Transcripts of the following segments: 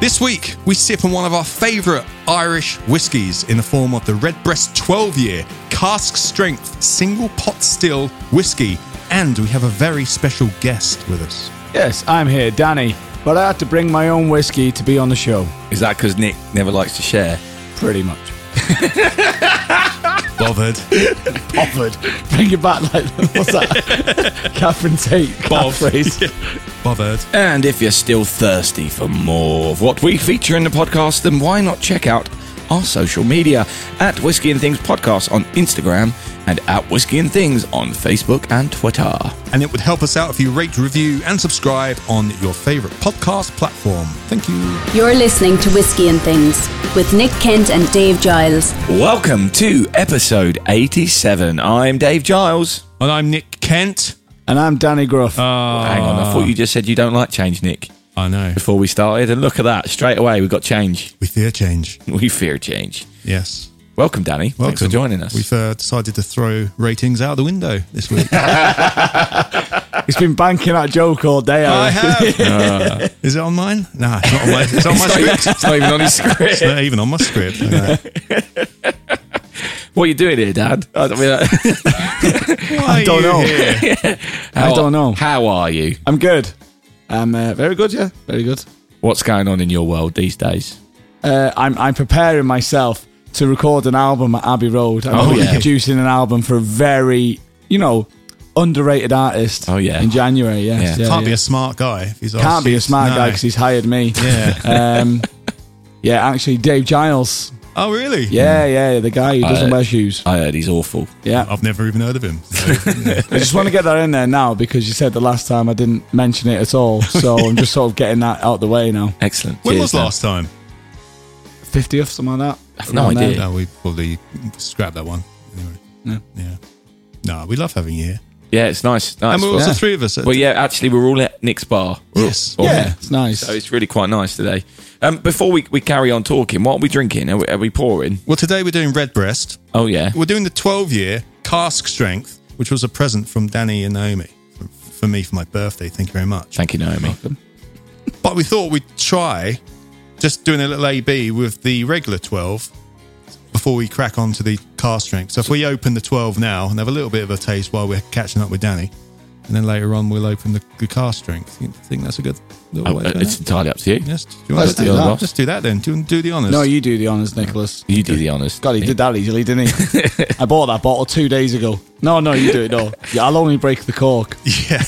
This week, we sip on one of our favourite Irish whiskies in the form of the Redbreast 12 year cask strength single pot still whiskey. And we have a very special guest with us. Yes, I'm here, Danny. But I had to bring my own whiskey to be on the show. Is that because Nick never likes to share? Pretty much. Bothered. Offered. bring it back like what's that? Catherine Tate. Bob. Catchphrase. Bothered. And if you're still thirsty for more of what we feature in the podcast, then why not check out our social media at Whiskey and Things Podcast on Instagram and at Whiskey and Things on Facebook and Twitter. And it would help us out if you rate, review, and subscribe on your favourite podcast platform. Thank you. You're listening to Whiskey and Things with Nick Kent and Dave Giles. Welcome to episode 87. I'm Dave Giles. And I'm Nick Kent. And I'm Danny Gruff. Hang on, I thought you just said you don't like change, Nick, I know. before we started. And look at that, straight away we got change. We fear change. We fear change. Yes. Welcome, Danny. Thanks for joining us. We've uh, decided to throw ratings out the window this week. He's been banking that joke all day. I I reckon. have. uh, Is it on mine? Nah, it's not on my, it's on my script. it's not even on his script. It's not even on my script. Okay. What are you doing here, Dad? I don't- I mean, uh, I don't know. how- I don't know. How are you? I'm good. I'm uh, very good, yeah. Very good. What's going on in your world these days? Uh, I'm, I'm preparing myself to record an album at Abbey Road. I'm Oh, gonna be yeah. producing an album for a very, you know, underrated artist Oh, yeah. in January, yes. Yeah. Yeah, Can't yeah. be a smart guy. If he's Can't asked be you- a smart No. guy because he's hired me. Yeah. Um, yeah, actually, Dave Giles. Oh, really? Yeah, yeah, the guy who doesn't wear shoes. I heard he's awful. Yeah, I've never even heard of him. So, yeah. I just want to get that in there now because you said the last time I didn't mention it at all, so I'm just sort of getting that out the way now. Excellent. when Cheers, was Dan. last time? Fiftieth, something like that. I've no Around idea. there. No, we probably scrapped that one. Anyway. No. Yeah. No, we love having you here. Yeah, it's nice. nice and we're well, also yeah. three of us. At, well, yeah, actually, we're all at Nick's bar. We're all- Yes. all Yeah, here. it's nice. So it's really quite nice today. Um, before we, we carry on talking, what are we drinking? Are we, are we pouring? Well, today we're doing Red Breast. Oh, yeah. We're doing the 12 year cask strength, which was a present from Danny and Naomi for, for me for my birthday. Thank you very much. Thank you, Naomi. But we thought we'd try just doing a little AB with the regular 12 before we crack on to the car strength. So if we open the 12 now and have a little bit of a taste while we're catching up with Danny, and then later on we'll open the, the car strength. You think that's a good little Oh, way to do it's that? entirely up to you. Yes. Do you want Let's to do that? that. Let's do that then. Do, you- do the honours. No, you do the honors, Nicholas. You do the honours. God, he did that easily, didn't he? I bought that bottle two days ago. No, no, you do it. No, yeah, I'll only break the cork. Yeah.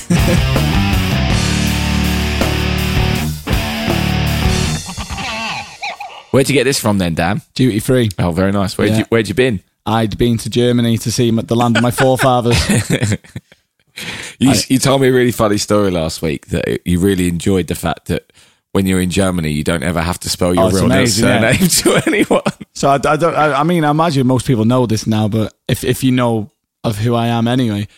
Where'd you get this from then, Dan? Duty free. Oh, very nice. Where'd, Yeah. you, where'd you been? I'd been to Germany to see my- the land of my forefathers. You, you told me a really funny story last week that it- you really enjoyed the fact that when you're in Germany, you don't ever have to spell your Oh, it's real name amazing, yeah. surname to anyone. So I, I don't. I, I mean, I imagine most people know this now, but if if you know of who I am anyway,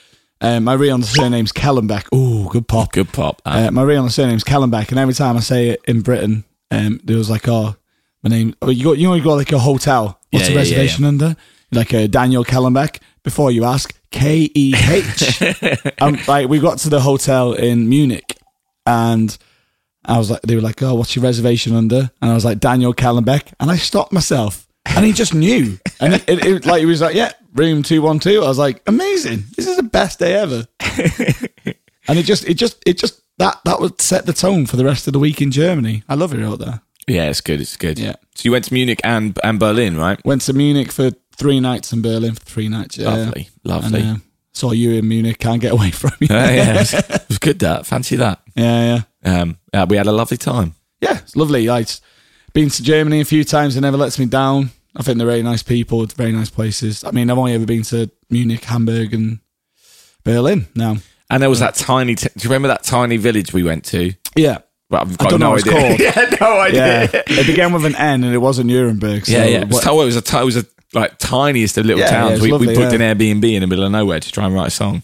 um, my real surname's Kellenbeck. Oh, good pop. Good pop. man. Uh, my real surname's Kellenbeck, and every time I say it in Britain, um, there was like, oh, my name. Oh, you got you know you got like a hotel. What's a Yeah, yeah, yeah, reservation under? Like a Daniel Kellenbeck. Before you ask, K E H. Um, Like we got to the hotel in Munich, and. I was like, they were like, oh, what's your reservation under? And I was like, Daniel Callenbeck. And I stopped myself. And he just knew. And it, it, it- like, he was like, yeah, room 212. I was like, amazing. This is the best day ever. and it just, it just, it just, that, that would set the tone for the rest of the week in Germany. I love it out there. yeah, it's good. It's good. Yeah. So you went to Munich and and Berlin, right? Went to Munich for three nights and Berlin for three nights. Yeah. Lovely, lovely. And, uh, saw you in Munich. Can't get away from you. Uh, yeah, yeah, it was, it was good. That fancy that. yeah. Um, uh, we had a lovely time. yeah, it's lovely. I've been to Germany a few times. It never lets me down. I think they're really nice people, very nice places. I mean, I've only ever been to Munich, Hamburg, and Berlin now. And there was that tiny. T- do you remember that tiny village we went to? Yeah. Well, I've got don't know no what it's idea. called. yeah, no idea. Yeah. it began with an N and it wasn't Nuremberg. So Yeah, yeah. It was, what- oh, it was a t- it was a like tiniest of little Yeah, yeah, towns. it's we, we lovely, booked yeah. an Airbnb in the middle of nowhere to try and write a song.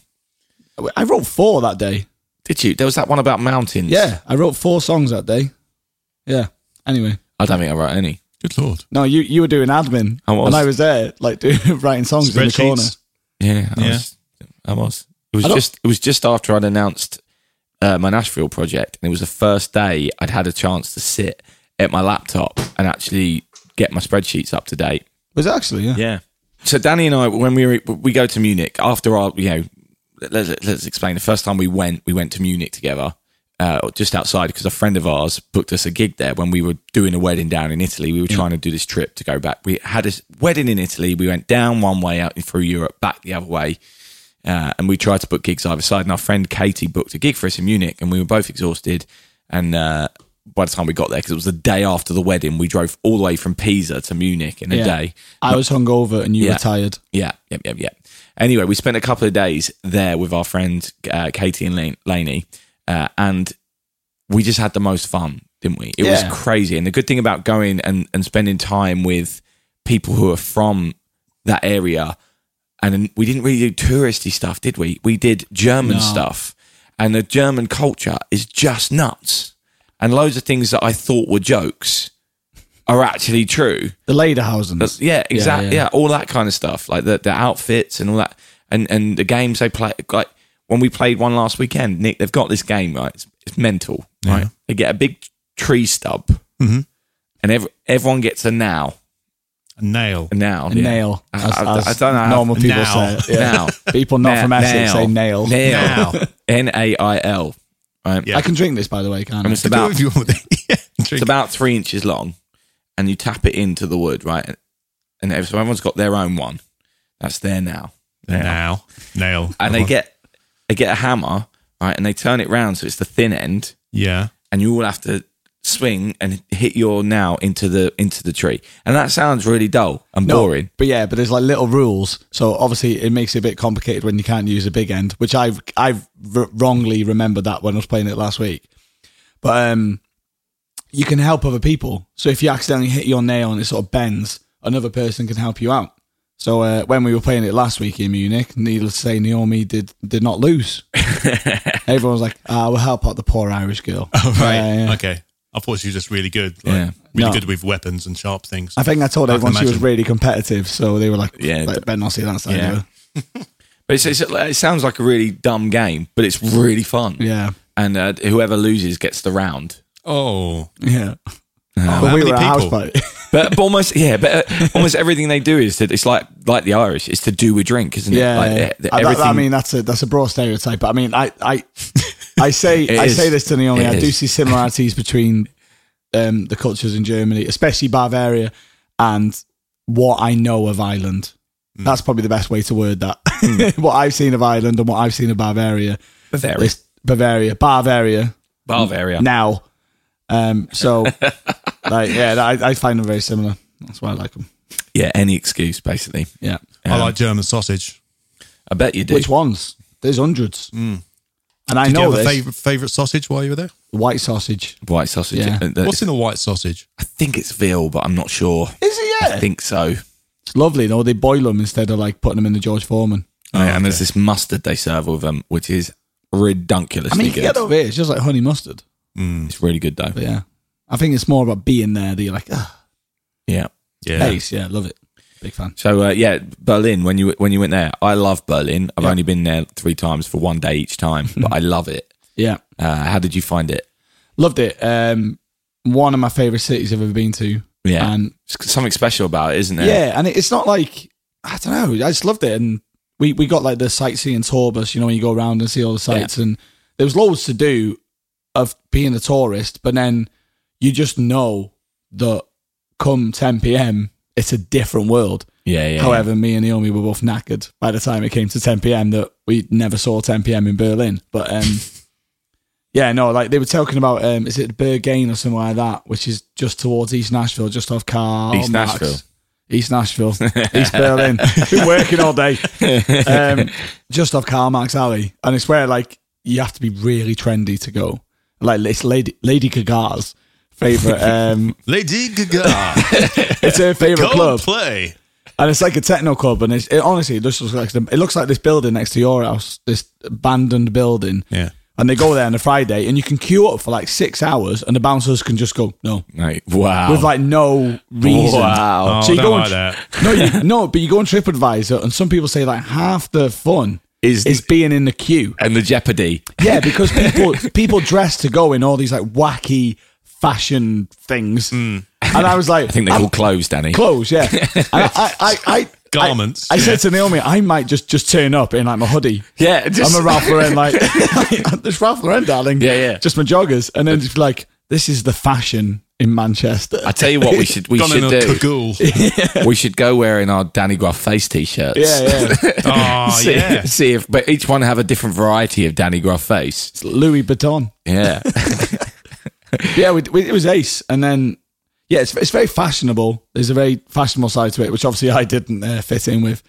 I wrote four that day. Did you? There was that one about mountains. Yeah. I wrote four songs that day. Yeah. Anyway. I don't think I wrote any. Good lord. No, you, you were doing admin. I was. And I was there, like, doing, writing songs in the corner. Spreadsheets. Yeah, I Yeah. was. I was. It was I don't- just. It was just after I'd announced uh, my Nashville project, and it was the first day I'd had a chance to sit at my laptop and actually get my spreadsheets up to date. Was it actually? Yeah. Yeah. So Danny and I, when we were, we go to Munich after our, you know, let's, let's explain. The first time we went, we went to Munich together, uh, just outside because a friend of ours booked us a gig there when we were doing a wedding down in Italy. We were trying to do this trip to go back. We had a wedding in Italy. We went down one way out through Europe, back the other way. Uh, and we tried to book gigs either side. And our friend Katie booked a gig for us in Munich, and we were both exhausted. And uh, by the time we got there, because it was the day after the wedding, we drove all the way from Pisa to Munich in a day. I was hungover and you Yeah. were tired. Yeah, yep, yep, yep. Anyway, we spent a couple of days there with our friend uh, Katie and Lan- Laney, uh, and we just had the most fun, didn't we? It Yeah. was crazy. And the good thing about going and, and spending time with people who are from that area, and we didn't really do touristy stuff, did we? We did German stuff, and the German culture is just nuts. And loads of things that I thought were jokes are actually true. The Lederhausens. Yeah, exactly. Yeah, yeah. all that kind of stuff, like the the outfits and all that, and and the games they play. Like when we played one last weekend, Nick, they've got this game right. It's, it's mental, right? They get a big tree stub, Mm-hmm. and ev- everyone gets a now, A nail. a now, A nail. I, As, I- as I don't know. how- normal people say Nail. it. Yeah. Now. People not Na- from Essex nail. say nail. Nail. Now. N a i l. Right. Yeah. I can drink this, by the way, can't And I? it's Do about if you want with it. Yeah, it's drink. about three inches long, and you tap it into the wood, right? And- And so everyone's got their own one. That's there now. Now. Nail. and Uh-huh. they get they get a hammer, right, and they turn it round so it's the thin end, Yeah. and you all have to swing and hit your now into the into the tree. And that sounds really dull and No, boring. But yeah, but there's like little rules. So obviously it makes it a bit complicated when you can't use a big end, which I've I've r- wrongly remembered that when I was playing it last week. But um you can help other people. So if you accidentally hit your nail and it sort of bends, another person can help you out. So uh, when we were playing it last week in Munich, needless to say, Naomi did did not lose. Everyone was like, "Ah, we'll help out the poor Irish girl." Oh Right. Okay. I thought she was just really good. Like, Yeah. Really No. good with weapons and sharp things. I think I told I can everyone she was imagine. really competitive, so they were like, Yeah. "Yeah, like, better not see that side Yeah. of her." But it's, it's, it sounds like a really dumb game, but it's really fun. Yeah, And uh, whoever loses gets the round. oh. yeah. How but we many were at a people? house party. But, but almost yeah, but uh, almost everything they do is that it's like like the Irish. It's to do with drink, isn't yeah, it? Like, yeah. uh, the- I, that- everything. I mean, that's a that's a broad stereotype. But I mean, I I I say It I is. say this to Naomi. It I do is. see similarities between um, the cultures in Germany, especially Bavaria, and what I know of Ireland. That's probably the best way to word that. what I've seen of Ireland and what I've seen of Bavaria. Bavaria. It's Bavaria, Bavaria. Bavaria. now. Um, so, like, yeah, that- I, I find them very similar. That's why I like them. Yeah, any excuse basically. Um, Yeah. I like German sausage. I bet you do. Which ones? There's hundreds. And I Did know you have this. a favorite, favorite sausage while you were there? White sausage. White sausage. Yeah. Uh, that- What's in the white sausage? I think it's veal, but I'm not sure. Is it? Yeah. I think so. it's lovely though. They boil them instead of like putting them in the George Foreman. Yeah, And there's this mustard they serve with them, which is ridiculously I mean, you can good. get over here. It's just like honey mustard. It's really good though. But yeah, I think it's more about being there that you're like, ah, Yeah. Yeah. ace. Yeah, love it. Big fan. So uh, yeah, Berlin. When you when you went there, I love Berlin. I've only been there three times for one day each time, but I love it. Yeah. Uh, how did you find it? Loved it. Um, one of my favorite cities I've ever been to. Yeah, And There's something special about it, isn't there? Um, Yeah, and it, it's not like I don't know. I just loved it, and we we got like the sightseeing tour bus. You know, when you go around and see all the sites, and there was loads to do of being a tourist. But then you just know that come 10 p.m. it's a different world. yeah, yeah. However, me and Naomi were both knackered by the time it came to 10 p.m. That we never saw 10 p.m. in Berlin. But um, yeah, no, like they were talking about um, is it Bergen or somewhere like that, which is just towards East Nashville, just off Carl East Marx. Nashville. East Nashville, East Berlin. Been working all day, um, just off Karl Marx Alley, and it's where like you have to be really trendy to go. Like it's Lady Lady Gaga's favorite. Um, Lady Gaga. it's her favorite club, play. and it's like a techno club. And it's it, honestly, it just looks like the- it looks like this building next to your house, this abandoned building. Yeah. And they go there on a Friday, and you can queue up for like six hours, and the bouncers can just go no Right. Wow. with like no reason. Wow. Oh, So I you don't go like and- that. no, you, no, but you go on TripAdvisor, and some people say like half the fun Is- is, being in the queue. and the Jeopardy. Yeah, because people people dress to go in all these like wacky fashion things. Hmm. And I was like, I think they're I'm called clothes, Danny. clothes, yeah. And I, I, I, I, Garments. I, I said to Naomi, I might just just turn up in like my hoodie. Yeah, just- I'm a Ralph Lauren, like this Ralph Lauren, darling. Yeah, yeah. Just my joggers, and then just be like, this is the fashion in Manchester. I tell you what, we should we Gone in should a do. cagoule. We should go wearing our Danny Graff face t-shirts. yeah, yeah. oh, See, yeah. see if, but each one have a different variety of Danny Graff face. Louis Vuitton. Yeah, Yeah, we, we, it was ace, and then yeah, it's it's very fashionable. There's a very fashionable side to it, which obviously I didn't uh, fit in with.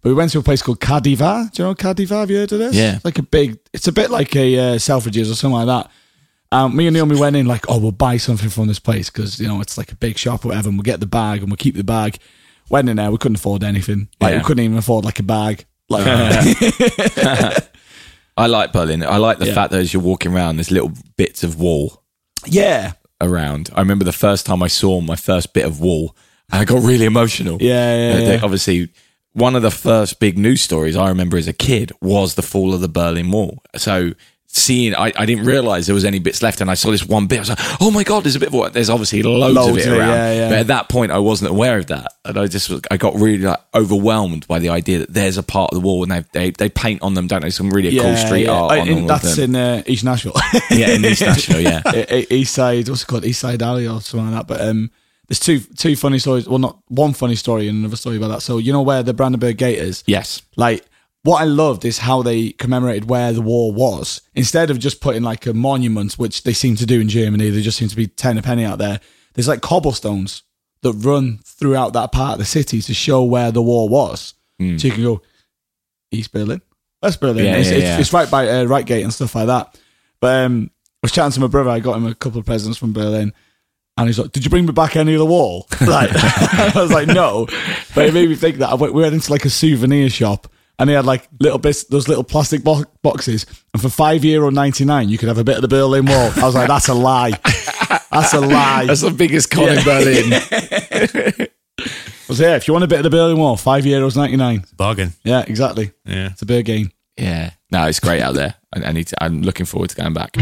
But we went to a place called Cadiva. Do you know Cadiva? Have you heard of this? Yeah. It's like a big. It's a bit like a uh, Selfridges or something like that. Um, me and Naomi went in like, oh, we'll buy something from this place because you know it's like a big shop or whatever, and we'll get the bag and we'll keep the bag. Went in there, we couldn't afford anything. Like Yeah. we couldn't even afford like a bag. Like I like Berlin. I like the Yeah. fact that as you're walking around, there's little bits of wall yeah, around. I remember the first time I saw my first bit of wall, and I got really emotional. Yeah, yeah, Uh, they- yeah. Obviously, one of the first big news stories I remember as a kid was the fall of the Berlin Wall. So seeing, I, I didn't realize there was any bits left, and I saw this one bit. I was like, "Oh my god, there's a bit of wall." There's obviously loads, of Loads it of it, around. yeah, yeah. But at that point, I wasn't aware of that, and I just was, I got really like, overwhelmed by the idea that there's a part of the wall, and they they, they paint on them, don't they? Some really yeah, cool street yeah. art. I- on in- all of that's them. in uh, East Nashville. yeah, in East National, yeah. E- E- East Side, what's it called? East Side Alley or something like that. But um, there's two two funny stories. Well, not one funny story and another story about that. So you know where the Brandenburg Gate is? Yes. Like what I loved is how they commemorated where the war was. Instead of just putting like a monument, which they seem to do in Germany, there just seems to be ten a penny out there. There's like cobblestones that run throughout that part of the city to show where the war was. So you can go East Berlin, West Berlin. Hmm. Yeah, it's, yeah, it's, yeah. it's right by uh, Right Gate and stuff like that. But um, I was chatting to my brother. I got him a couple of presents from Berlin. And he's like, "Did you bring me back any of the wall?" Like, I was like, "No," but it made me think that I went, we went into like a souvenir shop, and they had like little bits, those little plastic bo- boxes, and for five euro ninety nine, you could have a bit of the Berlin Wall. I was like, "That's a lie, that's a lie." I That's the biggest con in Berlin. was yeah, if you want a bit of the Berlin Wall, five euros ninety nine. Bargain. Yeah, exactly. Yeah. It's a beer game. Yeah. No, it's great out there. I, I need to, I'm looking forward to going back.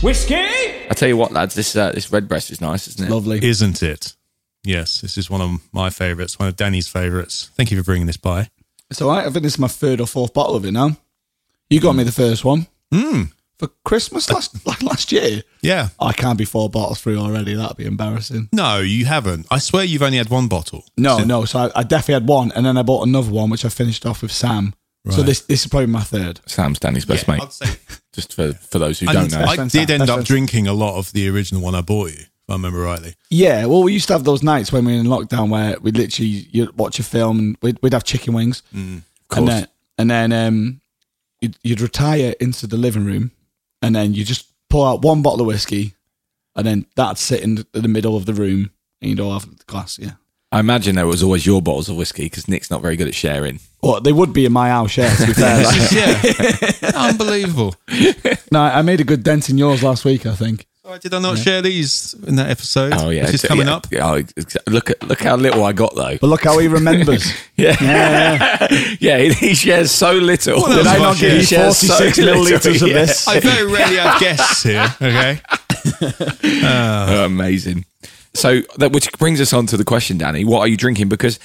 Whiskey! I tell you what, lads, this uh, this red breast is nice, isn't it? Lovely. Isn't it? Yes, this is one of my favourites, one of Danny's favourites. Thank you for bringing this by. It's all right. I think this is my third or fourth bottle of it now. You got me the first one Hmm. for Christmas last like last year. Yeah. I can't be four bottles through already. That'd be embarrassing. No, you haven't. I swear you've only had one bottle. No, no. So I, I definitely had one, and then I bought another one, which I finished off with Sam. So Right. this this is probably my third. Sam's Danny's best mate. I'd say Just for, for those who I, don't know. I That's did end fantastic. up drinking a lot of the original one I bought you, if I remember rightly. Yeah. Well, we used to have those nights when we were in lockdown where we'd literally you'd watch a film and we'd, we'd have chicken wings, and course. then and then um, you'd, you'd retire into the living room, and then you just pull out one bottle of whiskey, and then that'd sit in the, in the middle of the room, and you'd all have the glass. Yeah. I imagine there was always your bottles of whiskey because Nick's not very good at sharing. Well, they would be in my house, yeah. To be fair, like, yeah. Unbelievable. no, I made a good dent in yours last week. I think. Sorry, did I not share these in that episode? Oh yeah, Which is coming Yeah, up. yeah, oh, ex- look at look how little I got though. But look how he remembers. Yeah, yeah, he, he shares so little. Well, Did I not give you He shares 46 millilitres of yeah. this? I very rarely have guests here, okay? Oh, amazing. So that which brings us on to the question, Danny. What are you drinking? Because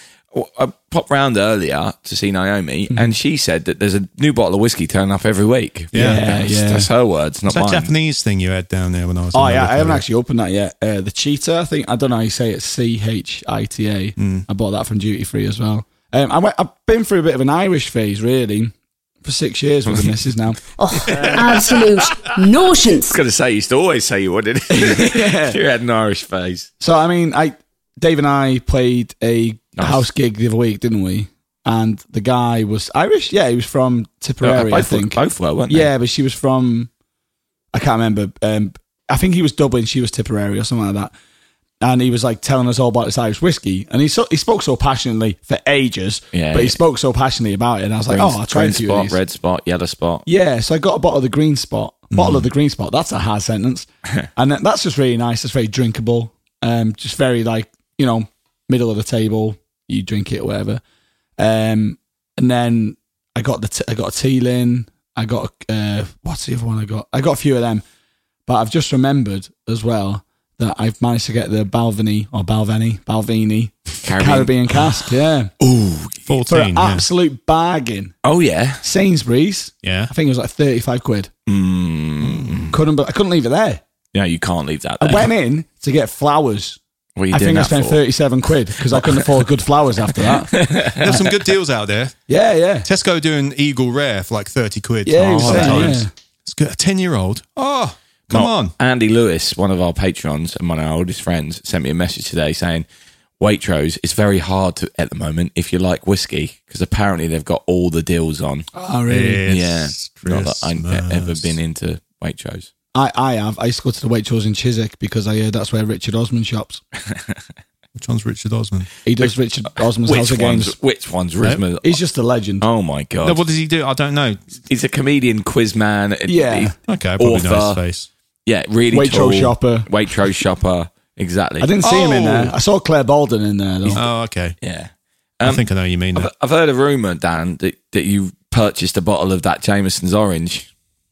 I popped round earlier to see Naomi, Mm-hmm. and she said that there's a new bottle of whiskey turning up every week. Yeah. Yeah, that's, yeah. that's her words, not It's that mine. Japanese thing you had down there when I was Oh in yeah, I America. haven't actually opened that yet. Uh, the cheetah, I think I don't know how you say it. C H I T A. I bought that from duty free as well. Um, I went, I've been through a bit of an Irish phase really for six years with the missus now. Oh, absolute I notions. was going to say, you used to always say you wanted. you had an Irish face. So I mean, I Dave and I played a Nice. house gig the other week, didn't we? And the guy was Irish. Yeah, he was from Tipperary, both, Uh, I think. both were, weren't they? Yeah, but she was from I can't remember. Um, I think he was Dublin, she was Tipperary or something like that. And he was like telling us all about this Irish whiskey, and he so, he spoke so passionately for ages. Yeah, but he yeah. spoke so passionately about it, and I was like, Green, oh, I'll try green and few of spot, these. red spot, yellow spot. Yeah, so I got a bottle of the green spot. Bottle of the green spot. That's a hard sentence, and that- that's just really nice. It's very drinkable. Um, just very like you know, middle of the table. You drink it, or whatever. Um, and then I got the t- I got a teal in. I got a, uh, what's the other one I got? I got a few of them, But I've just remembered as well that I've managed to get the Balvenie or Balvenie, Balvini Caribbean. Caribbean, cask. Yeah. For 14. an Yeah. absolute bargain. Oh yeah, Sainsbury's. Yeah. I think it was like 35 quid. Mm. Couldn't, but I couldn't leave it there. no, you can't leave that. There. I went in to get flowers. what are you I doing think I that spent for? 37 quid because I couldn't afford good flowers after that. There's some good deals out there. Yeah, yeah. Tesco doing Eagle Rare for like 30 quid. Yeah, he was Oh, saying, times. yeah. It's good. A 10 year old. Oh, come Well, on. Andy Lewis, one of our patrons and one of our oldest friends, sent me a message today saying, Waitrose, it's very hard to at the moment if you like whiskey because apparently they've got all the deals on. Ah, Oh, really? It's yeah, not that I've e-, Christmas. ever been into Waitrose. I, I have. I used to go to the Waitrose in Chiswick because I heard that's where Richard Osman shops. Which one's Richard Osman? He does Richard Osman's House Which of one's Games. which one's Risma? He's just a legend. Oh my god, No, what does he do? I don't know. he's a comedian, quiz man. Yeah. He- Okay, I probably know his Author. face. yeah, really Waitrose tall. shopper. Waitrose shopper, exactly. I didn't see him in there. Oh. I saw Claire Bolden in there, though. Oh, okay. Yeah, Um, I think I know what you mean. now. I've, I've heard a rumor, Dan, that, that you purchased a bottle of that Jameson's orange.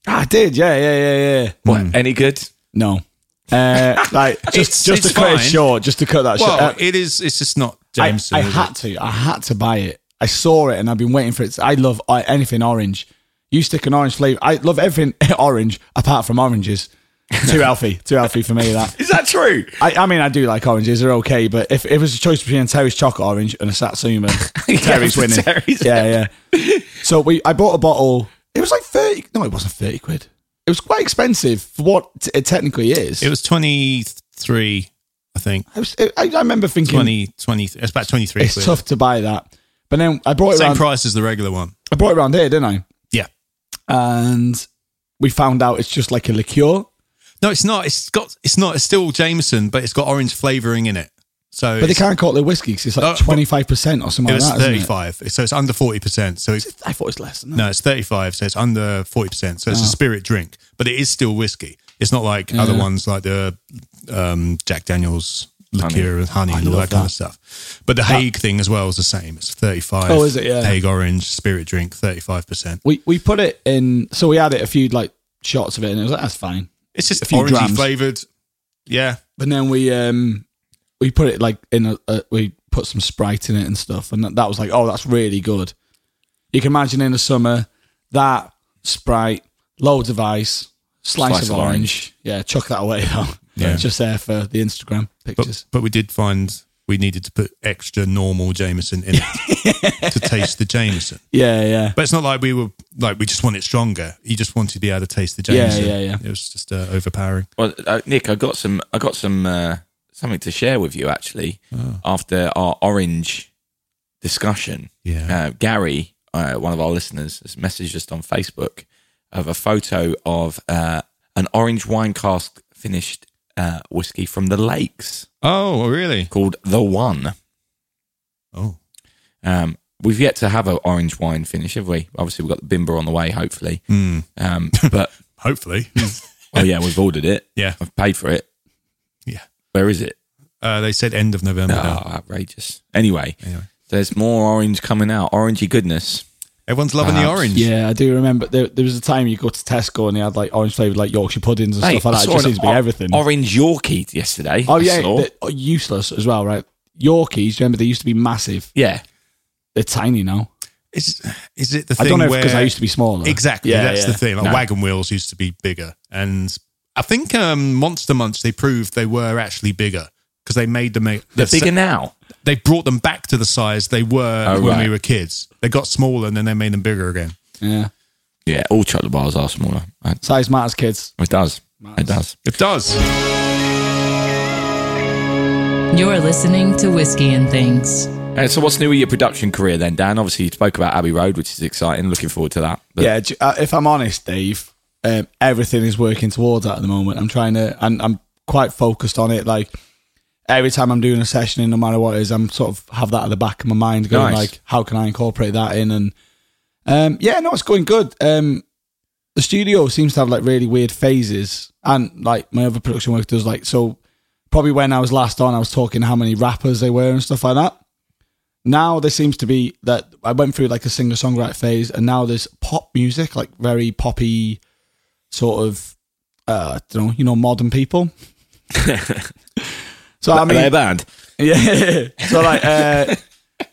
Ah, I did, yeah, yeah, yeah, yeah. What? Any good? No. Uh, like, It's- just, just it's to cut it fine. short, just to cut that Well, short. Uh, it is. It's just not I, Jameson. I is it? had to. I had to buy it. I saw it and I've been waiting for it. I love uh, anything orange. You stick an orange flavor. I love everything orange apart from oranges. Too healthy. Too healthy for me, that. Is that true? I, I mean, I do like oranges. They're okay, but if, if it was a choice between a Terry's chocolate orange and a Satsuma, Terry's Yeah, winning. Terry's. Yeah, yeah. So we, I bought a bottle. It was like thirty. No, it wasn't thirty quid. It was quite expensive for what t- it technically is. It was 23, I think. I, was, I, I remember thinking 20, 20 it's about 23 it's quid. tough to buy that, but then I brought it Same around. price as the regular one. I brought it around here, didn't I? Yeah. And we found out it's just like a liqueur. No, it's not. It's got. It's not. It's still Jameson, but it's got orange flavoring in it. So But they it's- can't call it whiskey because it's Oh, like but- twenty five percent or something it like was that. isn't it? 35. So it's under 40. percent So it's, I thought it was less than that. no, it's 35. So it's under 40. percent Ah. So it's a spirit drink, but it is still whiskey. It's not like other ones like the um, Jack Daniels liqueur and honey and all that, kind of stuff. But the Hague thing as well is the same. It's 35. Oh, is it? Yeah. Hague orange spirit drink, 35 percent. We we put it in. So we had it a few like shots of it, and it was like that's fine. It's just few orangey grams. flavored. Yeah. But then we um we put it like in a, a we put some sprite in it and stuff, and that, that was like oh that's really good. You can imagine in the summer that sprite, loads of ice, slice, Slice of, of orange. orange. Yeah, chuck that away though. Yeah. just there for the Instagram But, pictures. but we did find we needed to put extra normal Jameson in it to taste the Jameson. yeah, yeah. But it's not like we were like we just want it stronger. You just wanted to be able to taste the Yeah, Jameson. yeah, yeah. It was just uh, overpowering. Well, uh, Nick, I got some. I got some uh, something to share with you actually. After our orange discussion, Yeah. uh, Gary, uh, one of our listeners, has messaged us on Facebook of a photo of uh, an orange wine cask finished uh, whiskey from the lakes Oh, really? called the One. Oh, Um, we've yet to have an orange wine finish, have we? Obviously, we've got the Bimber on the way, hopefully. Um, but hopefully. oh yeah, we've ordered it. Yeah. I've paid for it. yeah. Where is it? Uh, they said end of November. now. Oh, outrageous. Anyway, there's more orange coming out. Orangey goodness. Everyone's loving the Perhaps. orange. Yeah, I do remember there, there was a time you go to Tesco and they had like orange flavored like Yorkshire puddings and Hey, stuff like that. It saw just an seems to be o- everything. Orange Yorkie yesterday. oh I yeah, saw. they're useless as well, right? Yorkies, remember they used to be massive. yeah. They're tiny now. Is, is it the I thing don't know where because I used to be smaller. exactly? Yeah, that's yeah. the thing. Like No. wagon wheels used to be bigger, and I think um, Monster Munch they proved they were actually bigger because they made them. a- They're bigger now. they brought them back to the size they were Oh, when right. we were kids. They got smaller and then they made them bigger again. Yeah, Yeah, all chocolate bars are smaller. I- size matters, kids. It does. It does. It does. You're listening to Whiskey and Things. Uh, so, what's new with your production career then, Dan? Obviously, you spoke about Abbey Road, which is exciting. Looking forward to that. But Yeah, j- uh, if I'm honest, Dave, um, everything is working towards that at the moment. I'm trying to, and I'm quite focused on it. Like every time I'm doing a session, no matter what it is, I'm sort of have that at the back of my mind, going Nice. like, how can I incorporate that in? And um, yeah, no, it's going good. Um, the studio seems to have like really weird phases, and like my other production work does. Like so, probably when I was last on, I was talking how many rappers they were and stuff like that now there seems to be that I went through like a singer songwriter phase, and now there's pop music, like very poppy, sort of uh, I don't know, you know, modern people. so I Are they a mean, band? yeah. So like, uh,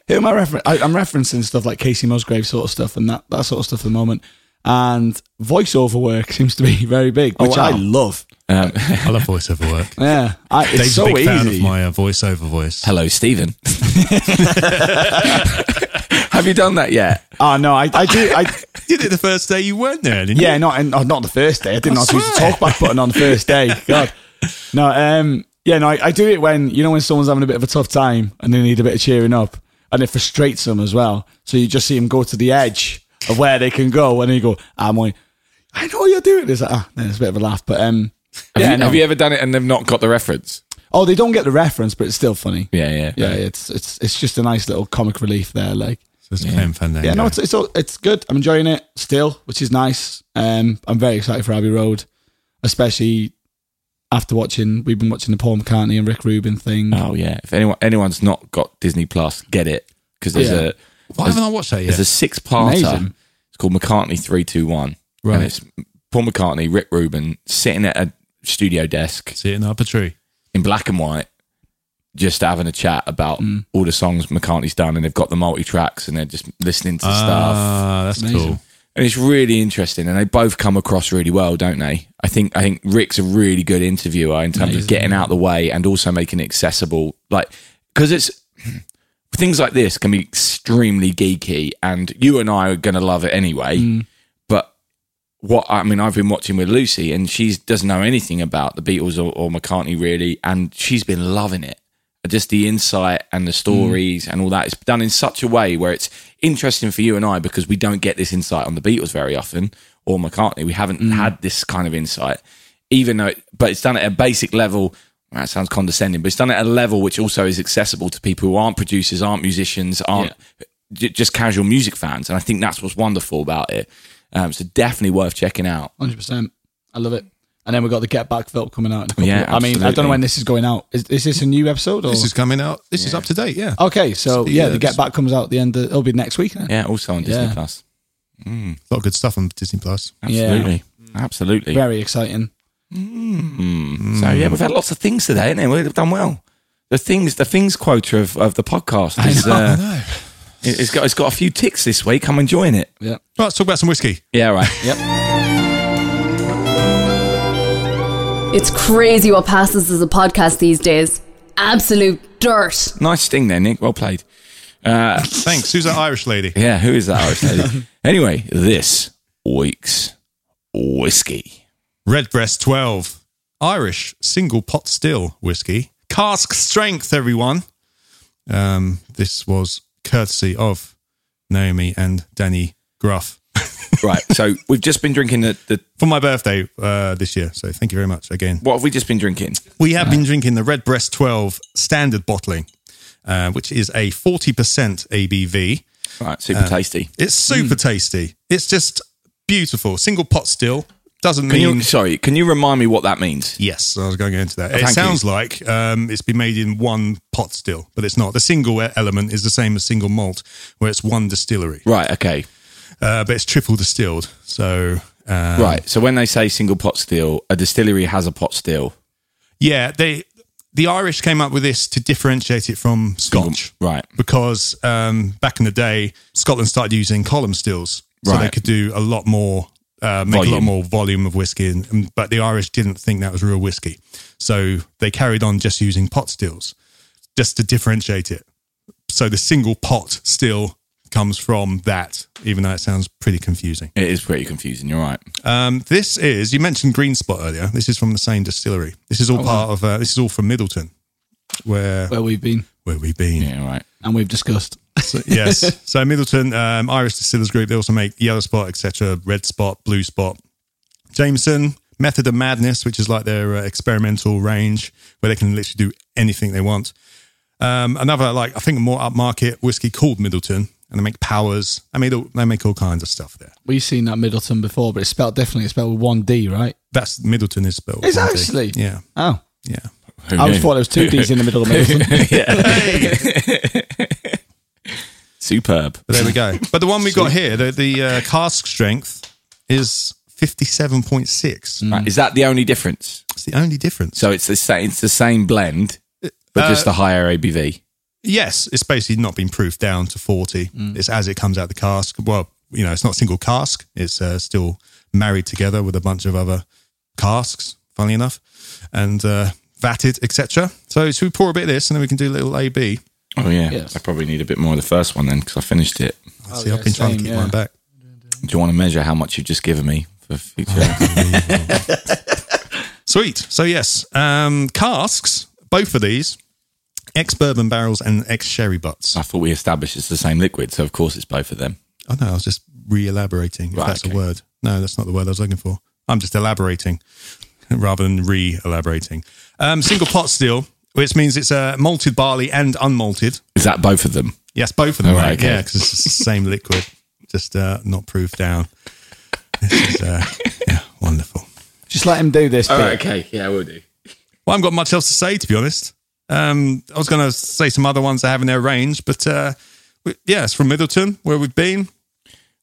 who am I referencing? I'm referencing stuff like Casey Musgrave sort of stuff and that that sort of stuff at the moment. And voiceover work seems to be very big, which Oh, I wow. love. Um, I love voiceover work. Yeah, I, it's Dave's so a big easy. fan of my uh, voiceover voice. hello, Stephen. Have you done that yet? oh no, I, I do. I You did it the first day you weren't there, didn't Yeah, not and, oh, not the first day. I didn't know how to use the swear. talkback button on the first day. God, no. Um, yeah, no. I, I do it when you know when someone's having a bit of a tough time and they need a bit of cheering up, and it frustrates them as well. So you just see them go to the edge of where they can go, and then you go, "I'm like, I know you're doing this." Ah, then it's a bit of a laugh, but um, Have, yeah, you, no. have you ever done it and they've not got the reference? oh, they don't get the reference, but it's still funny. Yeah, yeah, yeah. right. It's it's it's just a nice little comic relief there, like. you? So it's Glenn Fandango. Yeah, no, it's, it's all- it's good. I'm enjoying it still, which is nice. Um, I'm very excited for Abbey Road, especially after watching. We've been watching the Paul McCartney and Rick Rubin thing. Oh yeah. If anyone anyone's not got Disney Plus, get it because there's Yeah. a Why haven't I watched that there's yet? a six parter. Amazing. It's called McCartney three two one. Right. And it's Paul McCartney, Rick Rubin sitting at a studio desk Sitting up a tree. in black and white, just having a chat about Mm. all the songs McCartney's done, and they've got the multi tracks, and they're just listening to stuff, Ah, that's Amazing. cool. and it's really interesting. And they both come across really well, don't they? I think I think Rick's a really good interviewer in terms of getting out the way and also making it accessible, like because it's. Things like this can be extremely geeky, and you and I are going to love it anyway. But what I mean, I've been watching with Lucy, and she doesn't know anything about the Beatles or, or McCartney really, and she's been loving it. Just the insight and the stories and all that. It's done in such a way where it's interesting for you and I because we don't get this insight on the Beatles very often or McCartney. We haven't had this kind of insight, even though, but it's done at a basic level. That sounds condescending, but it's done at a level which also is accessible to people who aren't producers, aren't musicians, aren't j- just casual music fans. And I think that's what's wonderful about it. Um, so definitely worth checking out. Hundred percent, I love it. And then we have got the Get Back film coming out. In a couple Yeah, of- I mean, I don't absolutely. know when this is going out. Is, is this a new episode or? This is coming out. This is up to date, yeah. okay, so the, yeah, uh, the Get Back comes out at the end. Of, it'll be next week. then. Yeah, also on Disney Yeah. Plus. A lot of good stuff on Disney Plus. Absolutely. Absolutely. Mm. Very exciting. So yeah, we've had lots of things today, and we've done well. The things, the things quota of, of the podcast is uh, No. it- it's got it's got a few ticks this week. I'm enjoying it. Yeah. Right, let's talk about some whiskey. Yeah, right. yep. It's crazy what passes as a podcast these days. Absolute dirt. Nice sting there, Nick. Well played. Thanks. Who's that Irish lady? Yeah, who is that Irish lady? anyway, this week's whiskey. Redbreast 12. Irish single pot still whiskey. Cask strength, everyone. Um, this was courtesy of Naomi and Danny Gruff Right. So we've just been drinking the, the for my birthday uh, this year. So thank you very much again. what have we just been drinking? We have been drinking the Redbreast 12 standard bottling, uh, which is a 40% ABV. Right, super Uh, tasty. It's super Hmm. tasty. It's just beautiful. Single pot still. Doesn't Can mean you sorry? Can you remind me what that means? Yes, I was going to get into that. it Oh, thank you. sounds like um, it's been made in one pot still, but it's not. The single e- element is the same as single malt, where it's one distillery, Right. Okay. uh, but it's triple distilled. So, Um, uh, right. So when they say single pot still, a distillery has a pot still. yeah, they the Irish came up with this to differentiate it from Scotch, Right. Because um, back in the day, Scotland started using column stills, so they Right. could do a lot more, uh, make a lot Volume. more volume of whiskey. And, and- but the Irish didn't think that was real whiskey, so they carried on just using pot stills, just to differentiate it. So the single pot still comes from that, even though it sounds pretty confusing. It is pretty confusing. You're right. Um, this is you mentioned Green Spot earlier. This is from the same distillery. This is all part of uh, this is all from Middleton, where Where we've been where we've been. Yeah, right. and we've discussed. So- yes. So Middleton, um, Irish Distillers Group, they also make Yellow Spot, etc., Red Spot, Blue Spot, Jameson, Method of Madness, which is like their uh, experimental range where they can literally do anything they want. Um, another like I think more upmarket whiskey called Middleton, and they make powers. I mean, they- they make all kinds of stuff there. We've seen that Middleton before, but it's spelled differently. It's spelled with one D, right? That's Middleton is spelled. It's with a D. actually- yeah, Oh, yeah. Who I always knew? thought there was two D's in the middle of Middleton. Superb. But there we go. But the one we got here, the, the uh, cask strength is 57.6. Mm. Right, Is that the only difference? It's the only difference. So it's the same. It's the same blend, but Uh, just a higher ABV. yes, it's basically not been proofed down to 40. Mm. It's as it comes out the cask. Well, you know, it's not a single cask. It's uh, still married together with a bunch of other casks, funnily enough, and uh, vatted, etc. So should we pour a bit of this and then we can do a little AB? Oh yeah, Yes. I probably need a bit more of the first one then because I finished it. See, Oh, yeah, I've been trying to same, keep yeah. mine back. Do you want to measure how much you've just given me for future? Sweet. So yes, um, casks, both of these, ex-bourbon barrels and ex-sherry butts. I thought we established it's the same liquid, so of course it's both of them. Oh no, I was just re-elaborating. If Right, that's okay. a word. No, that's not the word I was looking for. I'm just elaborating rather than re-elaborating. Um, single pot still, which means it's uh, malted barley and unmalted. Is that both of them? Yes, both of them. Oh, right? okay. Yeah, because it's the same liquid, just uh, not proofed down. This is uh, yeah, wonderful. Just let him do this bit. Oh, okay. Yeah, we'll do. Well, I haven't got much else to say, to be honest. Um, I was going to say some other ones I have in their range, but uh, we, yeah, it's from Middleton, where we've been.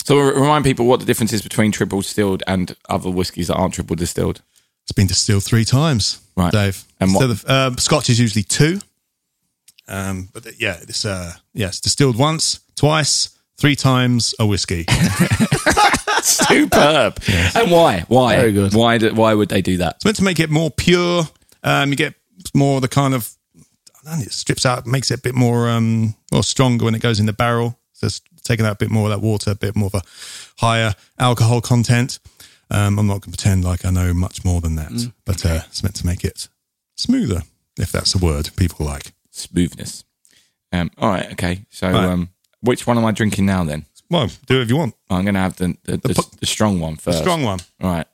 So r- remind people what the difference is between triple distilled and other whiskies that aren't triple distilled. It's been distilled three times, Right. Dave. And what- Instead of- uh, Scotch is usually two. Um, but th- yeah, it's uh, yeah, it's distilled once, twice, three times a whiskey. Superb. And why? Why? Very good. Why? Do, why would they do that? It's meant to make it more pure. Um, you get more of the kind of I don't know, it strips out, makes it a bit more um, or stronger when it goes in the barrel. So it's taking out a bit more of that water, a bit more of a higher alcohol content. Um, I'm not going to pretend like I know much more than that, Mm. but uh, it's meant to make it smoother, if that's a word people like. Smoothness. Um, all right. Okay. So, Right. um, which one am I drinking now? Then Well, do it if you want. I'm going to have the the, the, pu- the strong one first. Strong one. All right.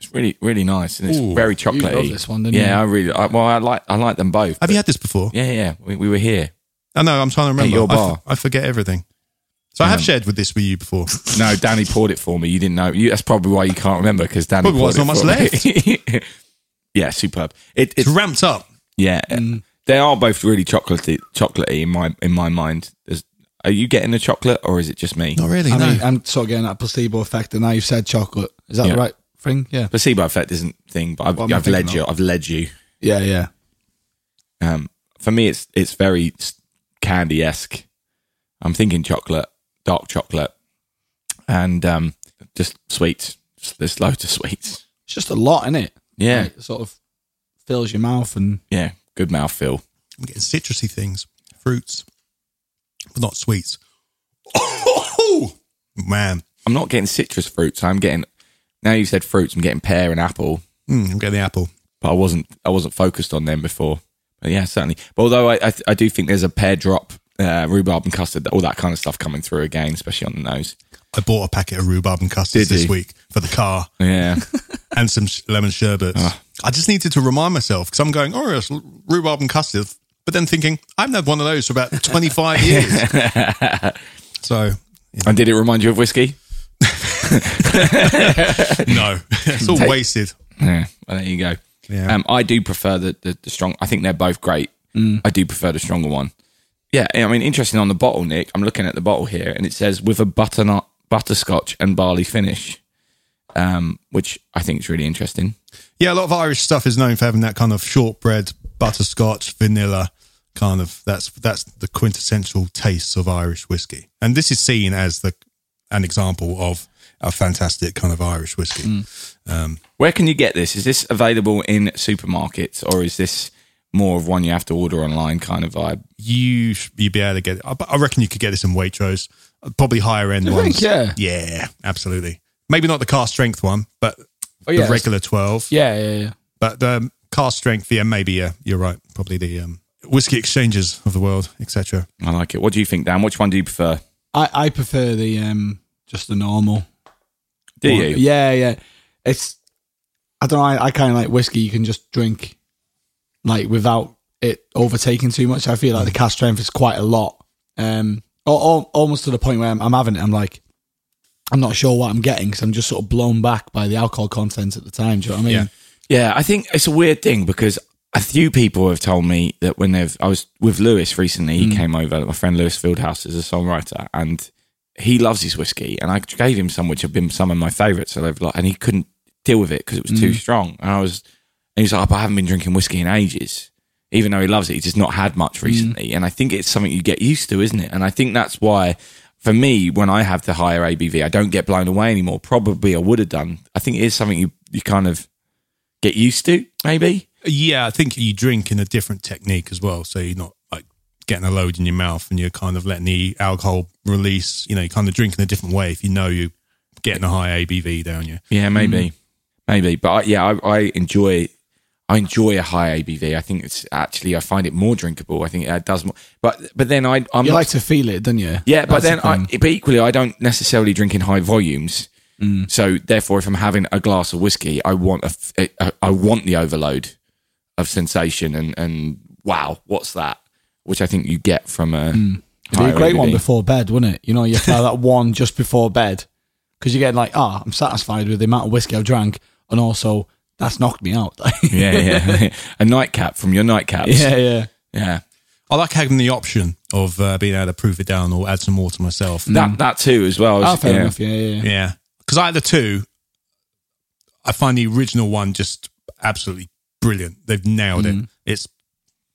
It's really really nice and it's Ooh. very chocolatey. love this one, didn't yeah, you? I really. I, well, I like I like them both. Have you had this before? Yeah, yeah. We, we were here. I know. I'm trying to remember. your I f- bar. I forget everything. So I have shared with this with you before. No, Danny poured it for me. You didn't know. You, that's probably why you can't remember because Danny. Probably why poured there's it not for me. yeah, superb. It, It's it's Mm. ramped up. yeah. uh, They are both really chocolatey, chocolatey in my in my mind. There's, are you getting the chocolate or is it just me? Not really. I no. mean, I'm sort of getting that placebo effect, and now you've said chocolate. Is that Yeah. the right thing? Yeah. Placebo effect isn't a thing, but I've, What am I I've led thinking you. I've led you. Yeah, yeah. Um, for me, it's it's very candy esque. I'm thinking chocolate, dark chocolate, and um, just sweets. There's loads of sweets. It's just a lot in it. Yeah, Like, it sort of fills your mouth and yeah. Good mouthfeel. I'm getting citrusy things, fruits, but not sweets. Oh, man. I'm not getting citrus fruits. I'm getting now you said fruits. I'm getting pear and apple, Mm, I'm getting the apple. but I wasn't I wasn't focused on them before. But yeah, certainly. But although I I, th- I do think there's a pear drop, uh, rhubarb and custard, all that kind of stuff coming through again, especially on the nose. I bought a packet of rhubarb and custards Did this you? week for the car Yeah, and some sh- lemon sherbets. I just needed to remind myself because I'm going, oh, it's l- rhubarb and custard, but then thinking, I haven't had one of those for about 25 years. so, and did it remind you of whiskey? no, it's all wasted. Yeah, well, there you go. Yeah. Um, I do prefer the, the the strong. I think they're both great. I do prefer the stronger one. Yeah, I mean, interesting on the bottle, Nick. I'm looking at the bottle here, and it says with a butternut butterscotch and barley finish, um, which I think is really interesting. Yeah, a lot of Irish stuff is known for having that kind of shortbread, butterscotch, vanilla kind of. That's that's the quintessential tastes of Irish whiskey, and this is seen as the an example of a fantastic kind of Irish whiskey. Hmm. Where can you get this? Is this available in supermarkets, or is this more of one you have to order online kind of vibe? You sh- you'd be able to get. I, I reckon you could get this in Waitrose, Uh, probably higher end ones. think? Yeah. yeah, absolutely. Maybe not the car strength one, but Oh, yeah. the regular twelve. yeah, yeah, yeah. But the um, car strength, yeah, maybe yeah, you're right. Probably the um, whiskey exchanges of the world, etc. I like it. What do you think, Dan? Which one do you prefer? I, I prefer the um just the normal. Do one. you? Yeah, yeah. It's I don't know. I, I kind of like whiskey. You can just drink like without it overtaking too much. I feel like the cast strength is quite a lot. Um, or, almost to the point where I'm, I'm having it. I'm like, I'm not sure what I'm getting because I'm just sort of blown back by the alcohol content at the time. Do you know what I mean? Yeah. Yeah, I think it's a weird thing because a few people have told me that when they've I was with Lewis recently, he came over. My friend Lewis Fieldhouse is a songwriter, and he loves his whiskey, and I gave him some, which have been some of my favourites. that I've liked, And he couldn't deal with it because it was too strong. And I was, and he was like, "Oh, but I haven't been drinking whiskey in ages, even though he loves it. He's just not had much recently. And I think it's something you get used to, isn't it? And I think that's why, for me, when I have the higher ABV, I don't get blown away anymore. Probably I would have done. I think it is something you you kind of get used to, maybe. Yeah, I think you drink in a different technique as well. So you're not like getting a load in your mouth and you're kind of letting the alcohol release, you know, you kind of drink in a different way if you know you're getting a high ABV down you. Yeah, Hmm. maybe, maybe. But I, yeah, I, I enjoy, I enjoy a high ABV. I think it's actually I find it more drinkable. I think it does more. But but then I I'm You not- like to feel it, don't you? yeah. But That's the then I thing. but equally I don't necessarily drink in high volumes. Hmm. So therefore, if I'm having a glass of whiskey, I want a f- a- I want the overload of sensation and and wow, what's that? Which I think you get from a. Hmm. It'd be higher a great one ABV. before bed, wouldn't it? You know, you have that one just before bed because you get like, ah, I'm satisfied with the amount of whiskey I've drank, and also that's knocked me out. Yeah, yeah. a nightcap from your nightcaps. yeah, yeah. yeah. I like having the option of uh, being able to prove it down or add some more to myself. That that too as well. Oh, Mm. fair yeah. enough. Yeah, yeah. yeah. Yeah. Because I had the two. I find the original one just absolutely brilliant. They've nailed it. It's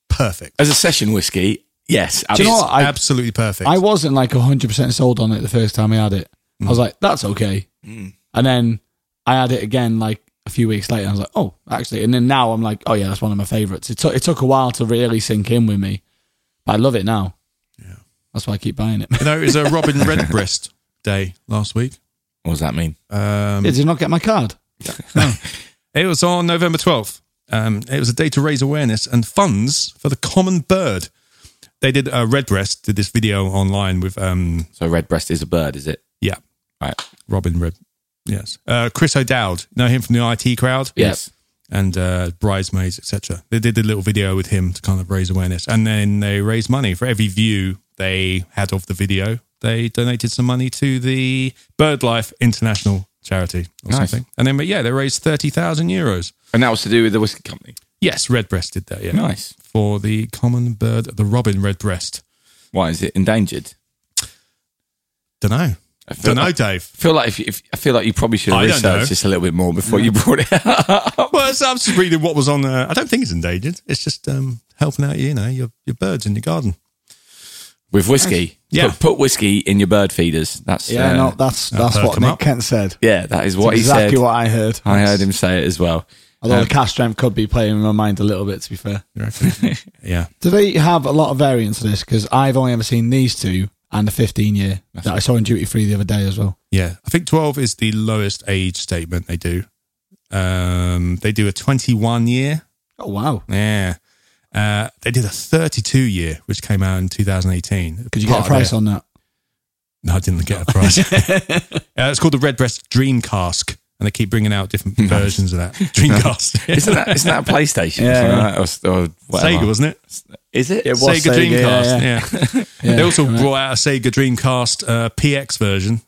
perfect. as a session whiskey, yes, Do you know abs- what? I, absolutely perfect. I wasn't like 100% sold on it the first time I had it. I Mm. was like, that's okay. And then I had it again like a few weeks later. And I was like, oh, actually. And then now I'm like, oh, yeah, that's one of my favorites. It, took it took a while to really sink in with me, but I love it now. Yeah. That's why I keep buying it. you know, it was a Robin Redbreast day last week. What does that mean? Um, Did you not get my card? It was on November 12th. Um, it was a day to raise awareness and funds for the common bird. They did uh, Redbreast did this video online with um, So red breast is a bird, is it? yeah Right. Robin Red yes uh, Chris O'Dowd know him from the IT crowd Yes. and uh, bridesmaids etc. They did a little video with him to kind of raise awareness and then they raised money for every view they had of the video. They donated some money to the BirdLife International charity or Nice. something, and then but yeah they raised thirty thousand euros. And that was to do with the whiskey company. Yes, Redbreast did that. Yeah, Nice. for the common bird, the robin redbreast. Why is it endangered? Don't know. I feel Don't know, like- Dave. I feel like if, if I feel like you probably should have I don't know. researched this a little bit more before you brought it up. Well, so I'm just reading what was on. Uh, I don't think it's endangered. It's just um, helping out. You know, your your birds in your garden. with whiskey. Yeah. Put, put whiskey in your bird feeders. That's Yeah, uh, no, that's that's perk what 'em Nick up. Kent said. yeah. That is what exactly he said. what I heard. I heard him say it as well. Although Um, the cash strength could be playing in my mind a little bit, to be fair. You reckon? yeah. Do they have a lot of variants of this? Because I've only ever seen these two and the 15 year that I saw in Duty Free the other day as well. Yeah. I think 12 is the lowest age statement they do. Um, they do a 21 year. Oh, wow. Yeah. Uh, they did a 32 year, which came out in 2018. Could you get a price on that? No, I didn't get a price. uh, it's called the Redbreast Dream Cask, and they keep bringing out different versions of that. Dreamcast. Isn't that isn't that a PlayStation? Yeah, Something yeah. like that, Or, or whatever. Sega, wasn't it? Is it? was Sega, Sega, Dreamcast. yeah, Yeah. they also brought out a Sega Dreamcast uh, PX version,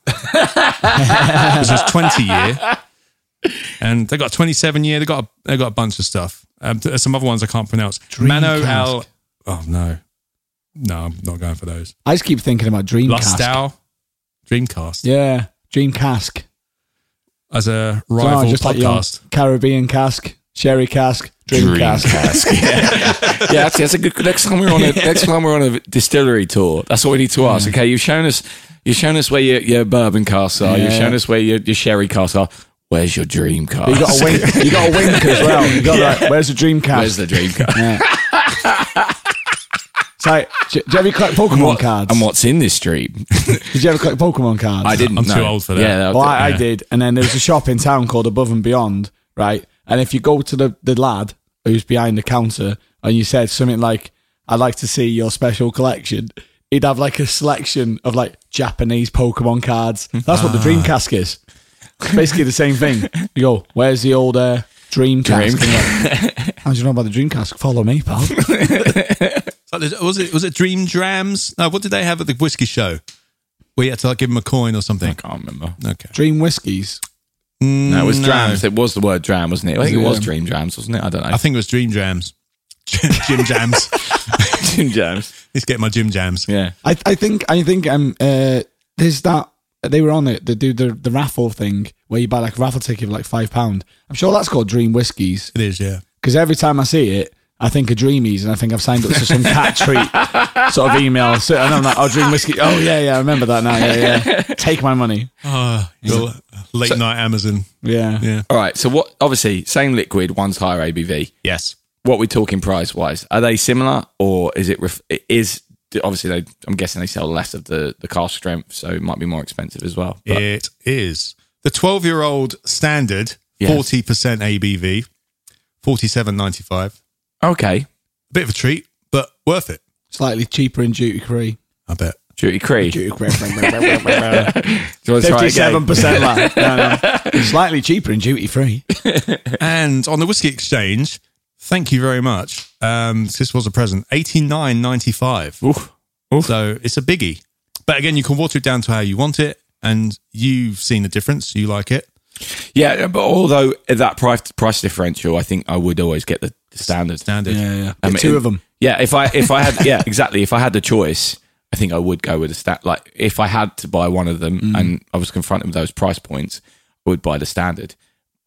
which was twenty year, and they got twenty seven year. They got a, they got a bunch of stuff. Um, th- some other ones I can't pronounce. Mano Dreamcast. Al. Oh no, no, I'm not going for those. I just keep thinking about Dreamcast. Lustow Dreamcast Yeah, Dreamcast. as a No, rival just like your podcast. Caribbean cask, Sherry cask, Dreamcast. yeah, that's, that's a good. Next time we're on a next time we're on a distillery tour, that's what we need to ask. Okay, you've shown us you've shown us where your, your bourbon casks are. You've Yeah. shown us where your, your sherry casks are. Where's your dream You cask? got a wink. You got a wink as well. You got that. Where's the Dreamcast? Where's the dream cask? yeah. It's like, do you ever collect Pokemon What- cards? and what's in this dream? Did you ever collect Pokemon cards? I didn't. I'm too know. old for that. Yeah, Well, I, Yeah. I did. And then there's a shop in town called Above and Beyond, right? And if you go to the, the lad who's behind the counter and you said something like, I'd like to see your special collection, he'd have like a selection of like Japanese Pokemon cards. That's what the Dreamcast is. It's basically the same thing. You go, where's the old uh, Dreamcast? Dream. And you're like, How do you know about the Dreamcast? Follow me, pal. It's like there's- was it was it Dream Drams? No, what did they have at the whiskey show? Where you had to like give them a coin or I something. can't remember. Okay. Dream Whiskies. No, it was No. drams. It was the word dram, wasn't it? I think it was Yeah. dream drams, wasn't it? I don't know. I think it was Dream Jams. Jim Jams. dream jams. Let's get my Jim Jams. Yeah. I, I think I think um uh there's that they were on it. They do the the raffle thing where you buy like a raffle ticket for like five pound. I'm sure that's called Dream Whiskies It is, yeah. because every time I see it, I think of Dreamies and I think I've signed up to some cat treat sort of email. So and I'm like, oh, Dream Whiskey. Oh yeah, yeah, I remember that now. Yeah, yeah. Take my money. Ah, your late night Amazon. Yeah, Yeah. All right. So what? Obviously, same liquid. One's higher ABV. Yes. What we talking price wise? Are they similar, or is it? Ref- it is obviously they? I'm guessing they sell less of the the cask strength, so it might be more expensive as well. But It is. The 12 year old standard, Yes. 40% ABV, 47.95. okay, A bit of a treat, but worth it, slightly cheaper in duty free. I bet. duty cree. Do Duty free. Fifty-seven you want to try again? percent left. No, no. Slightly cheaper in duty free. And on the Whiskey Exchange, thank you very much. Um, this was a present, 89.95. Oof. So it's a biggie. But again, you can water it down to how you want it. And you've seen the difference. You like it. Yeah, but although that price price differential, I think I would always get the the standard. Standard. yeah. I mean, two it- of them. Yeah, if I if I had yeah exactly if I had the choice, I think I would go with a stat. Like if I had to buy one of them Mm. and I was confronted with those price points, I would buy the standard.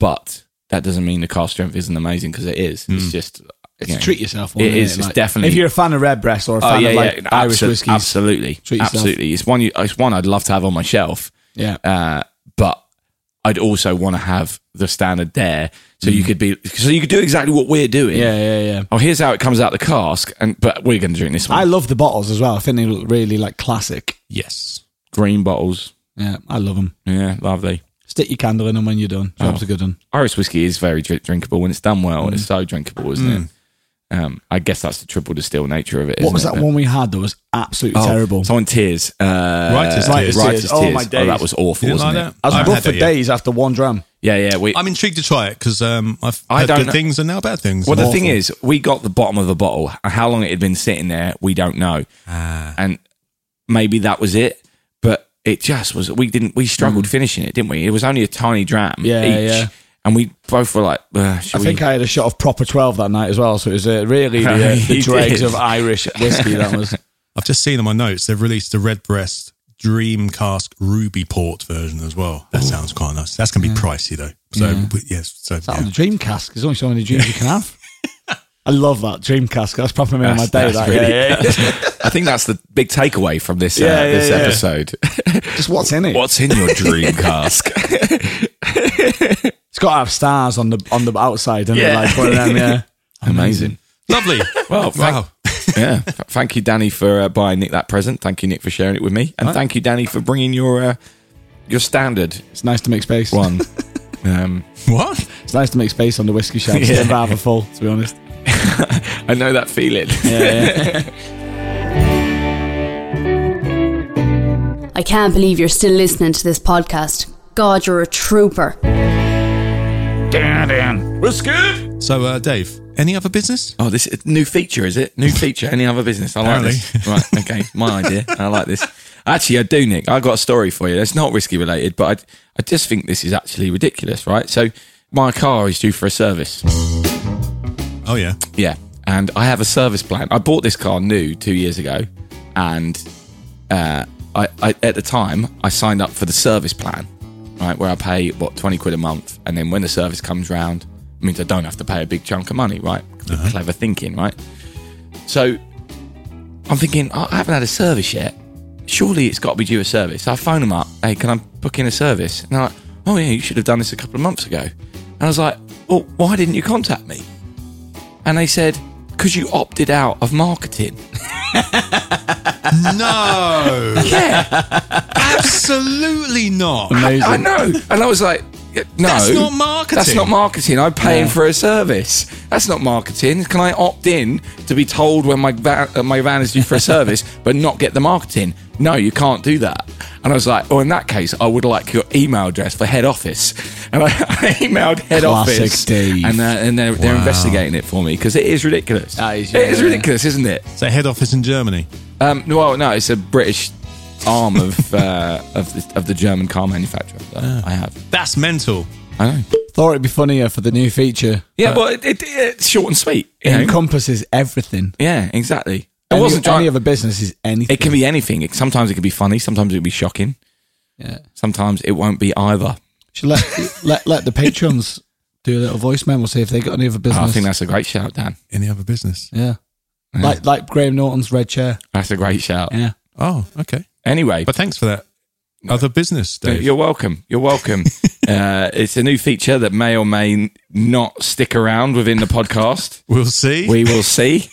But that doesn't mean the car strength isn't amazing because it is. It's just you know, Mm. Treat yourself. one, It innit? is. It's Like, definitely. If you're a fan of red breast or a fan oh yeah, of like yeah, Irish abso- whiskies, absolutely, Treat yourself. absolutely. It's one. You, it's one I'd love to have on my shelf. yeah, Uh, but I'd also want to have the standard there, so you could be, so you could do exactly what we're doing. Mm. yeah, yeah, yeah. Oh, here's how it comes out the cask, and but we're going to drink this one. I love the bottles as well. I think they look really like classic. Yes. green bottles. Yeah, I love them. Yeah, lovely. Stick your candle in them when you're done. Oh, Job's a good one. Irish whiskey is very dri- drinkable when it's done well. It's so drinkable, isn't it? Um, I guess that's the triple distill nature of it. What isn't was it? that one we had that was absolutely Oh, terrible? Someone tears. Uh, Writer's Tears. Writer's Tears. Oh, my Oh, days. that was awful, You didn't like wasn't it? that? I was I haven't rough had for that yet. days after one dram. Yeah, yeah. We, I'm intrigued to try it because um, I've I heard don't good know- things and now bad things. Well, the thing Awful. is, we got the bottom of the bottle. How long it had been sitting there, we don't know. And maybe that was it, but it just was. We didn't. We struggled finishing it, didn't we? It was only a tiny dram Yeah, each, yeah. and we both were like, uh, I should we- think I had a shot of proper 12 that night as well. So it was uh, really the, uh, You the dregs did. of Irish whiskey that was. I've just seen on my notes they've released the Red Breast Dream Cask Ruby Port version as well. That sounds quite nice. That's going to be pricey though. So we- yes, so That yeah. was a dream cask. There's only so many dreams you can have. I love that dream cask. That's proper made my day. That's- that's That. really- yeah, yeah. I think that's the big takeaway from this uh, Yeah, yeah, this yeah. episode. Just what's in it? What's in your dream cask? It's got to have stars on the on the outside, and Yeah. yeah. like one of them, yeah. Amazing. lovely. Well, thank, wow. yeah. Th- Thank you, Danny, for uh, buying Nick that present. Thank you, Nick, for sharing it with me, and thank you, Danny, for bringing your uh, your standard It's nice to make space. one. um, What? It's nice to make space on the whiskey shelf. It's never rather full, to be honest. I know that feeling. I can't believe you're still listening to this podcast. God, you're a trooper. So uh, Dave, any other business? Oh, this is new feature, is it? New feature, any other business? I like this. Right, okay, my idea. I like this. Actually, I do, Nick. I got a story for you. It's not risky related, but I, I just think this is actually ridiculous, right? So, my car is due for a service. Oh yeah. Yeah, and I have a service plan. I bought this car new two years ago, and uh, I, I at the time I signed up for the service plan, right, where I pay what twenty quid a month, and then when the service comes round, it means I don't have to pay a big chunk of money, right? Clever thinking, right? So I'm thinking "Oh, I I haven't had a service yet. Surely it's got to be due a service. So I phone them up. Hey, can I book in a service? And they're like, Oh yeah, you should have done this a couple of months ago. And I was like, Well, why didn't you contact me? and they said, because you opted out of marketing. No, Yeah, absolutely not. Amazing. I know. And I was like, yeah, no. That's not marketing. That's not marketing. I'm paying for a service. That's not marketing. Can I opt in to be told when my van, uh, my van is due for a service, but not get the marketing? No, you can't do that. And I was like, oh, in that case, I would like your email address for head office. And I, I emailed head Classic office, Dave. and, uh, and they're, they're investigating it for me because it is ridiculous. That is- it is yeah. ridiculous, isn't it? So head office in Germany. Um, no, well, no, it's a British arm of uh, of, the, of the German car manufacturer that Ah. I have. That's mental. I know. Thought it'd be funnier for the new feature. Yeah, well, it, it, it's short and sweet. you It know? encompasses everything. yeah, exactly. It Any, wasn't trying. any other business is anything. it can be anything. It, sometimes it can be funny. Sometimes it can be shocking. Yeah. Sometimes it won't be either. Should let, let let the patrons do a little voice memo, see if they got any other Oh, business. I think that's a great shout, Dan. Any other business? yeah. Like like Graham Norton's red chair. That's a great shout. Yeah. Oh, okay. Anyway, But thanks for that. Other business, uh, Dave. You're welcome. You're welcome. uh, it's a new feature that may or may not stick around within the podcast. we'll see. We will see.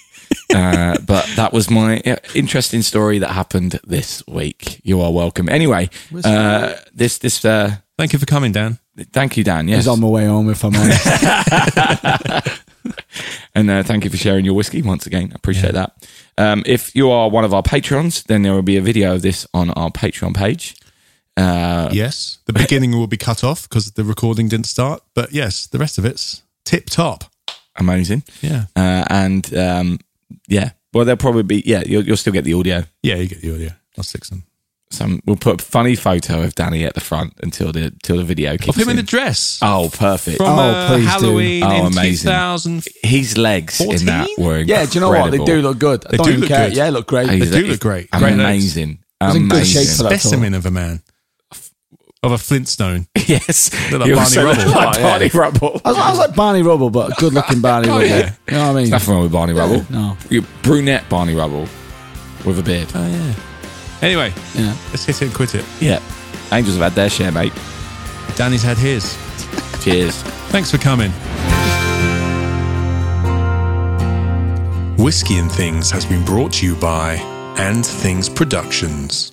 Uh, but that was my uh, interesting story that happened this week. You are welcome. Anyway, uh, this this uh, Thank you for coming, Dan. thank you, Dan. He's Yes, on my way home if I'm honest. and uh, thank you for sharing your whiskey once again. I appreciate that. Um, if you are one of our patrons, then there will be a video of this on our Patreon page. Uh, yes. The beginning will be cut off because the recording didn't start. But yes, the rest of it's tip top. Amazing. Yeah. Uh, and um, yeah, well, there'll probably be yeah. You'll, you'll still get the audio. Yeah, you get the audio. I'll stick some. some we'll put a funny photo of Danny at the front until the until the video kicks Of him in in. a dress. oh, perfect. From Oh, uh, please do. Halloween Oh, in amazing. 2000. His legs in 14? that were incredible. yeah, do you know what? They do look good. I They don't do even look care. good. Yeah, they look great. He's- do he's look great. Great legs. Amazing. was in good shape Amazing. for that. That's Specimen of a man. Of a Flintstone. Yes. They're like Barney He also looked Rubble. like Oh, yeah. Barney Rubble. I, was, I was like Barney Rubble, but a good looking Barney Rubble. yeah. You know what I mean? Nothing wrong with Barney Rubble. No. Uh, You- Brunette Barney Rubble with a beard. Oh, yeah. Anyway, Yeah. let's hit it and quit it. Yeah. Angels have had their share, mate. Danny's had his. Cheers. Thanks for coming. Whiskey and Things has been brought to you by And Things Productions.